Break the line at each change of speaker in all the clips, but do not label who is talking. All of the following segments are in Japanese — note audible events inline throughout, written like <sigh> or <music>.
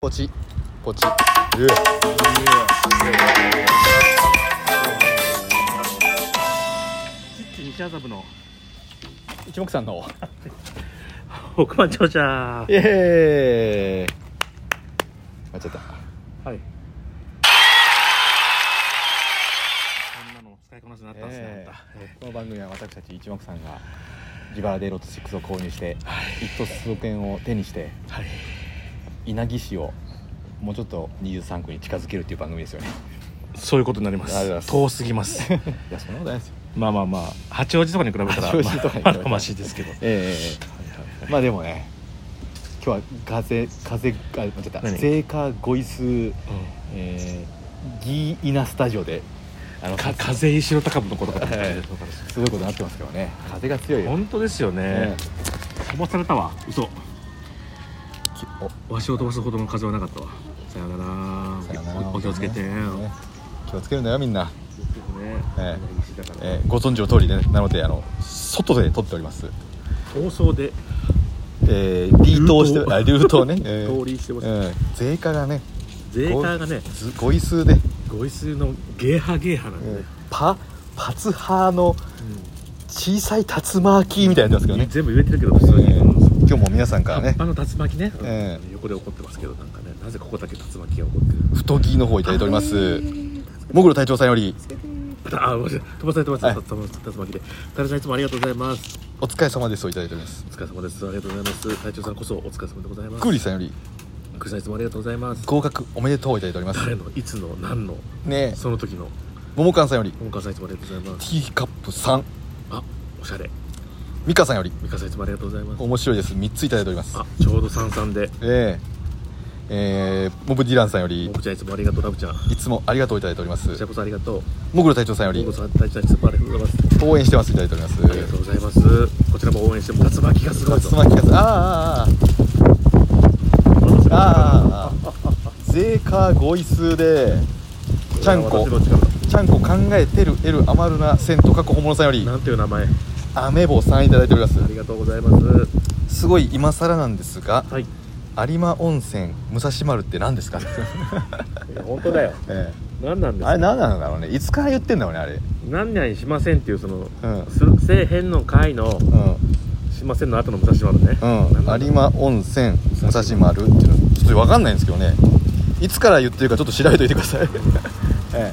ポチポチ
西麻布の
一目散の
億万長者は
イエーイ間違った
いこんなの使いこなすようになったんですね、
え
あんたえ
この番組は私たち一目散が自腹でロト6を購入して一等数億円を手にして
えはい
稲城市をもうちょっと23区に近づけるっていう番組ですよね
そういうことになります
ありがとう
遠すぎます
<laughs> いやそんなことないですよ
まあまあまあ八王子とかに比べたら
八王子とかに比べたら
まあまあマシですけど
ええまあでもね今日は風風あ間違った
何
税カゴイス
うん
えー、ギーイナスタジオであの
か
か
風石の高部のことかと思った
はい
そうかです
すごいことになってますけどね風が強いよ、ね
本当ですよね飛ばされたわ嘘
きお
わしを飛ばすほどの風はなかったわさよなら
さよなら
おお気をつけて、
ね気をつけるんだよみんな、
気をつけてね
え
西だから
えーご存知の通りねなのであの外で撮っております、
放送で
えー、リートをして
ルート
あルートをね、
<laughs>
えー
通りしてます、
えー税価がね
ゼーターがね
ずごい数で、
ごい数のゲーハゲーハな
え
んで、
ーパパツ派の小さい竜巻みたいになってますけどね、
全部言えてるけど普通に、
えー今日も皆さんから
葉っ
ね
ぱの竜巻ね、
ええ
横で怒ってますけどなんかねなぜここだけ竜巻が起こってる
太着の方いただいておりますもぐろ隊長さんより
あごめんなさい飛ばされてます、
はい
竜巻でタルさんいつもありがとうございます
お疲れ様ですをいただいております
お疲れ様ですありがとうございます隊長さんこそお疲れ様でございます
クーリーさんより
クリさんいつもありがとうございます
合格おめでとうをいただいております
誰のいつの何の
ねえ
その時の
ももかんさんより
本川さんいつもありがとうございます
T カップ3
あおしゃれ
ミカさんより
美香さんいつもありがとうございます
面白いです3ついただいております
あちょうど三々で
えええーモブディランさんより
僕ちゃんいつもありがとうラブちゃんこ
いつもありがとういただいております
ちらこそありがとう
もぐろ隊長さんよ
リン
り
ゴさん、大ちゃん、いつもありがとうございます。
応援してますいただいております
ありがとうございます。こちらも応援して、も竜巻がすごいと。
竜巻がすあーあーあーあーあーあー税価ごい数でちゃんこ
私の力だ
ちゃんこ考えてるエル余るな千と過去本物さんより
なんていう名前、あ
アメボさんいただいております
りがとうございます。
すごい今更なんですが
はい、
有馬温泉武蔵丸って何
<laughs>
ですか、
本当だよ。
え
何なんで
え
す
あれ
か。
何なんだろうねいつから言ってんだろうねあれ
何々しませんっていう、その、
うん
す、せえへんの会の、しませんの後の武蔵丸ね。
うん、うん、有馬温泉武蔵丸っていうのちょっと分かんないんですけどねいつから言ってるかちょっと調べておいてください、 <laughs> ええ、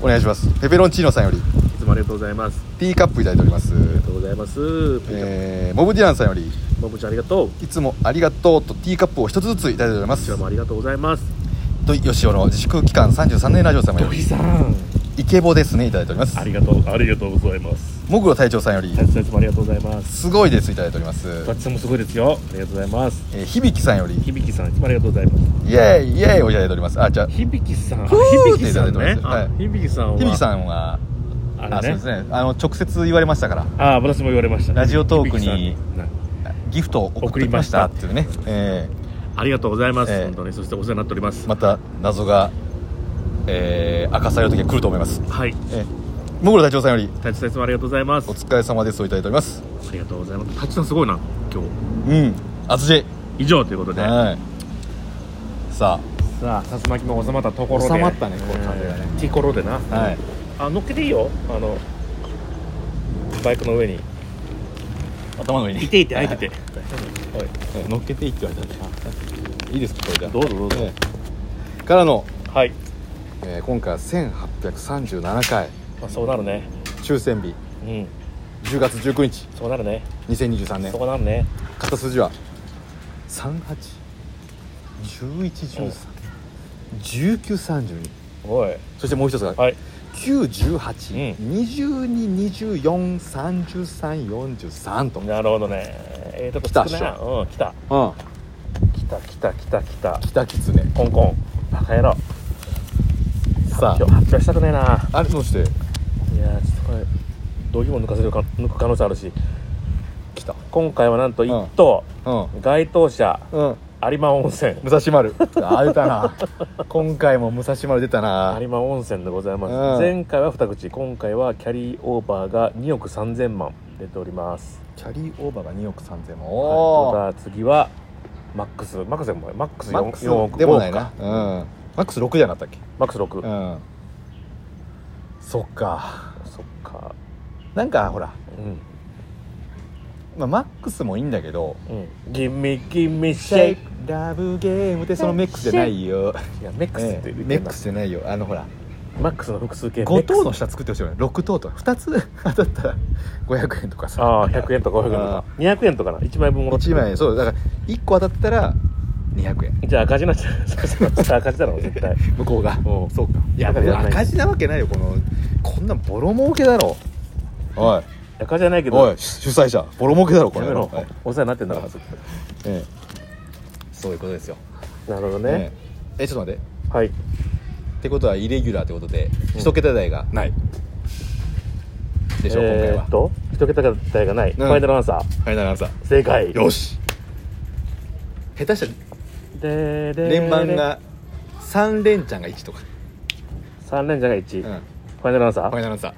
お願いしますペペロンチーノさんより
いつもありがとうございます。
ティーカップいただいております
ありがとうございます。ピーちゃん
えーモブディランさんより
まぶちゃん、ありがとう。こ
いつもありがとうとティーカップを一つずついただいておりま
ち
す
らもありがとうございます。
と吉尾の自粛期間33年ラジオ様より
さん、
イケボですねいただいております
ありがとう、ありがとうございます。
もぐろ隊長さんより
大地さん、いつもありがとうございます。
すごいですいただいております、
大地さんもすごいですよ。ありがとうございます。
えー、響さんより
響さんいつもありがとうございます
イエーイイエーイをいただいておりますあじゃあ
響さんあ
ふーって
響さん
いただい
ね
てます
あ
はい
響さんは
響さんは
あ
あそう
れね
ですねあの直接言われましたから
あ私も言われましたね
ラジオトークに
響さん
ギフトを送りましたっていうね、え
ありがとうございます
ええ
本当にそしてお世話になっております
ーまた謎が、えー、明かされる時が来ると思います
はい
えー、もぐろ隊長さんより
太地さんいつもありがとうございます
お疲れ様ですをいただいております
ありがとうございます太地さんすごいな今日
うん厚地
以上ということでさ
はいさ
あ竜巻も収まったところで
収まったねこう風がね
ティコロでな
あはい
あ乗っけていいよあのバイクの上に
頭の上に
いていてあいてておい
えー乗っけていいって言われたんでいいですかこれじゃあ
どうぞどうぞ
えーからの
はい
えー今回は1837回
まあそうなるね
抽選日
うん
10月19日
そうなるね
2023年
そこなるね
片筋は3811131932
おい
そしてもう一つが
はい
91822243343と、
なるほどねええとこ
来たっ
つく
し
なうん来た
うん
来た来た来た来た
北キツネ
コンコンバカ野郎
さ
今日発表したくねえな
ああれどうして
いやーちょっとこれどういうも抜かせるか抜く可能性あるし
来た
今回はなんと
ん
一等、
うん
該当者
うん
有馬温泉
武蔵丸あ出た <laughs> な今回も武蔵丸出たな
有馬温泉でございます、
うん
前回は2口今回はキャリーオーバーが2億3000万出ております
キャリーオーバーが2億3000万
はい
お
また次はマックスマックスでもないマックス
マ
4,
ックス
4億
でもない
5
な、うん、マックス6じゃなかったっけ
マックス6、
うんそっか
そっか
なんかほら、
うん
まあ、マックスもいいんだけど
うんギミギミシ
シ
ェ
ェ
イ
イ
ク
クラブゲームってそのメックスじゃないよ、
いやメックスって言ってんな
メックスじゃないよあのほら
マックスの複数形
5等
メッ
の
クス
下作ってほしいよね6等とか2つ当たったら500円とかさ
ああ100円とか500円とか200円とかな1枚分も
1枚そうだから1個当たったら200円
じゃあ赤字になっちゃう <laughs> そうそうそう赤字だろ絶対
向こうが
うん
そうかいや
だからやらない
赤字なわけないよこのこんなんボロ儲けだろおい
赤字じゃないけど
おい主催者ボロ儲けだろこ
や
れ
めろ
はい
お世話になってんだから
ええそういうことですよ
なるほど
え
ね
ええちょっと待って
はい
ってことはイレギュラーってことで
うん
一桁台がないでしょ今回
えー
は
っと一桁台がないフ
うん
ァイナルアンサー
はいならさ
正解
よし下手した
で
ら
で
連番が3連チャンが1とか
3連じゃが
う
1
ん
フ
フ
ァイナルアンサ
ァ
ー
イナルアンサー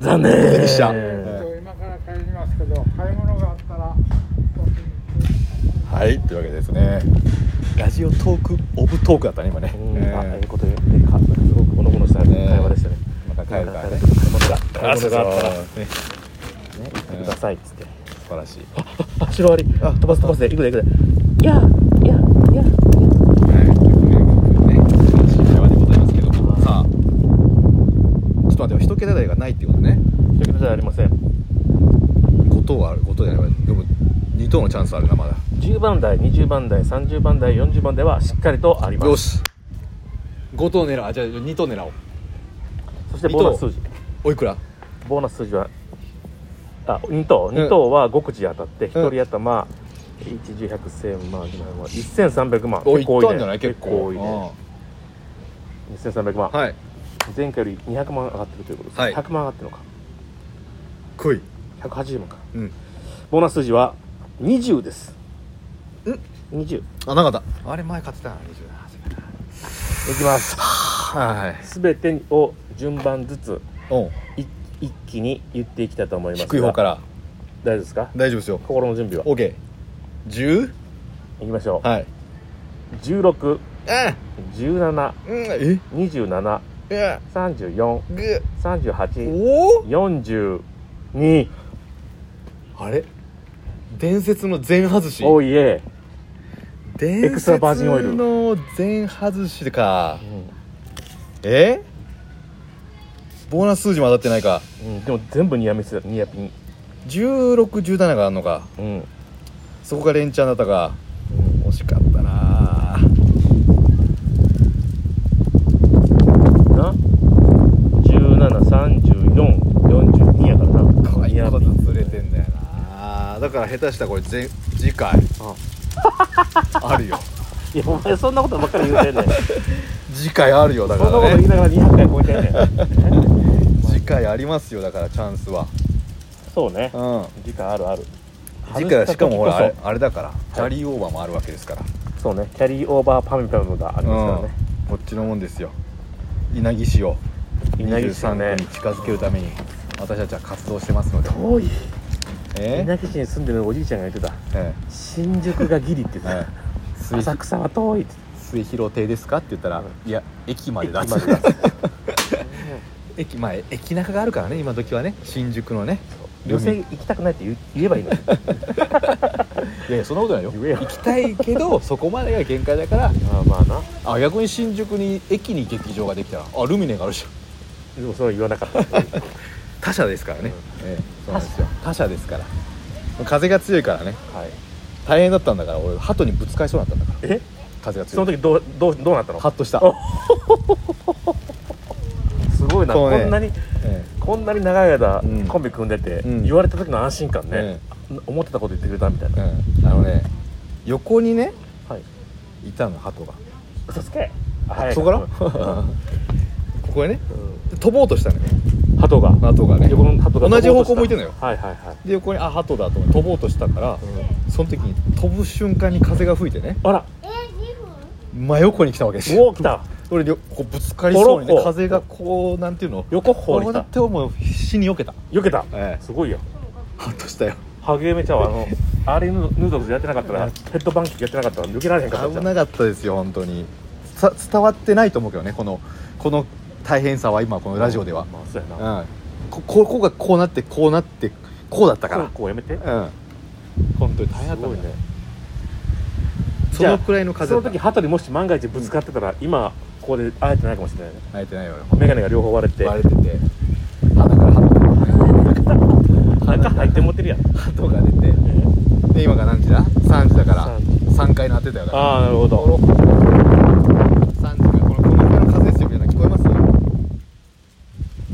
残念
でした
えっ
え
と今から帰りますけど買い物があったら
はいというわけでですねラジオトークオブトークだったね今ね、
うん
え
あ
ー
いいこと言うかすごくおのぼのした
ね
会話でしたね
また帰るからね
買い物が買い物があったらね
ね
行ってくださいっつって
素晴らしい
あシロアリ
あ
飛ばす飛ばすで行くで行くでいやいやいや
はいということでね、ね、素晴らしい会話でございますけども、さあ、ちょっと待ってよ、一桁台がないってことね、
ということじゃありません
5等はある、5等じゃないわ、でも2等のチャンスあるな、まだ。
10番台20番台30番台40番台はしっかりとあります
よし、5等狙おう、あ、じゃあ2等狙おう。
そしてボーナス数字
おいくら
ボーナス数字はあ2等2等は5口当たって1人頭11100万2万1300万
お
結
い
構
っ
多
た
い
んじゃな
ね
い結構
多いね1300万、
うんはい
前回より200万上がってるということです、
はい
100万上がってるのか
来い
180万か
うん
ボーナス数字は20ですん20い
あなかったあれ前買ってたな20だ
きます
はい
全てを順番ずつ
おう
い一気に言っていきたいと思いますが
低い方から
大丈夫ですか
大丈夫ですよ
心の準備は
OK10
いきましょう、
はい
16
あ
17
うんえ
27
うわ
34
ぐっ
38
おお
42
あれ伝説の全外し
おいえ、
伝説の
エクストラバージンオイル
全外しかえボーナス数字も当たってないか
うんでも全部ニアミスだニアピン
1617があんのか
うん、うん
そこが連チャンだったか惜しかったな
な
これ一個
173442やからなニアピン
ずつずれてんだよなだから下手したらこれ前次回
あ
あるよ
いやお前そんなことばっかり言うてん <laughs> ねん
次回あるよだ
そんなこと
から
言い
ね
ながら200回超えてんねんね
次回ありますよだからチャンスは
<laughs> そうね
うん
時間あるある
次回はしかもほらあ
外
れ
した時こ
あれだからキャリーオーバーもあるわけですから
そそうねキャリーオーバーパムパムがありますからね
こっちのもんですよ稲城市を
稲城市はね
23区に近づけるために私たちは活動してますので
遠い
え
稲城市に住んでるおじいちゃんが言ってた
え
新宿がギリって言って
え
た
はい末
浅草は遠いって
末広亭ですかって言ったらいや駅までだ
駅ま
<laughs>
で
駅前駅中があるからね今時はね新宿のね
寄せ行きたくないって言う言えばいいのに
いやいやそんなことないよ
<laughs> 言えよ
行きたいけ <laughs> どそこまでが限界だから
まあまあな
あ逆に新宿に駅に劇場ができたらあルミネがあるじゃん
でもそれ <laughs> は言わなかった
他社ですからね、
うん
ええそうなんですよ他社ですから風が強いからね
はい
大変だったんだから俺鳩にぶつかりそうになったんだから
え
風が強い
その時どうどうどうなったの
ハッとした、
おすごいな
そ
こ
うね
んなに
え
こんなに長い間
うん
コンビ組んでて
うん
言われた時の安心感ね
え
思ってたこと言ってくれたみたい
え
な
うんあのね横にね
はい
いたの鳩が
嘘つけ
そこからこ <laughs> こへね飛ぼうとしたのよ
鳩が
鳩がね
横の鳩が
同じ方向向いてんのよ
はいはいはい
で横にあ鳩だと思って飛ぼうとしたから、その時に飛ぶ瞬間に風が吹いてね
あら
真横に来たわけです
お
よ
お来た
俺こうぶつかりそうに
ポロ
ね
ッ
風がこうなんていうの
横っ方に来
こうや
た
ってもう必死に避けた
避けた
ええ
すごいよ
ハッとしたよ
ハゲめちゃうあ
<laughs>
のあれヌードルズやってなかったら
あ
ヘッドバンキングやってなかったら抜けられへんかったじゃ
危
ん
なかったですよ本当にさ伝わってないと思うけどねこのこの大変さは今このラジオでは、
まあそうやな、
うん、こここがこうなってこうなってこうだったか
から
ら
こうやめて
うん本当に大変だ
す
った
ごいね
そのくらいの風
その時鳩にもし万が一ぶつかってたら、今ここで会えてないかもしれないね
泣いてないよ
眼鏡が両方割れて
割れてて鼻から
中入ってもってるやん
鳩が出てで今が何時だ3時だから
3
3回の当てだよだから
ああなるほど
3時からこのこのくらいの風ですよみたいな聞こえます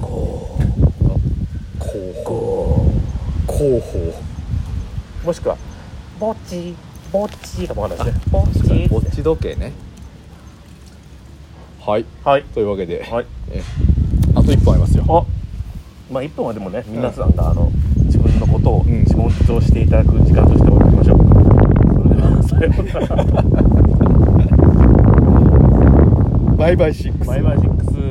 こう広報
もしくはぼっちぼっちかもわかんないですねぼっち
ぼっち時計ねはい
はい
というわけで、
はい
えあと1本ありますよ
あまあ一本はでもね皆さんがあの自分のことを
うん
自問自答していただく時間としておきましょうそれではさようなら
バイバイシックス
バイバイシックス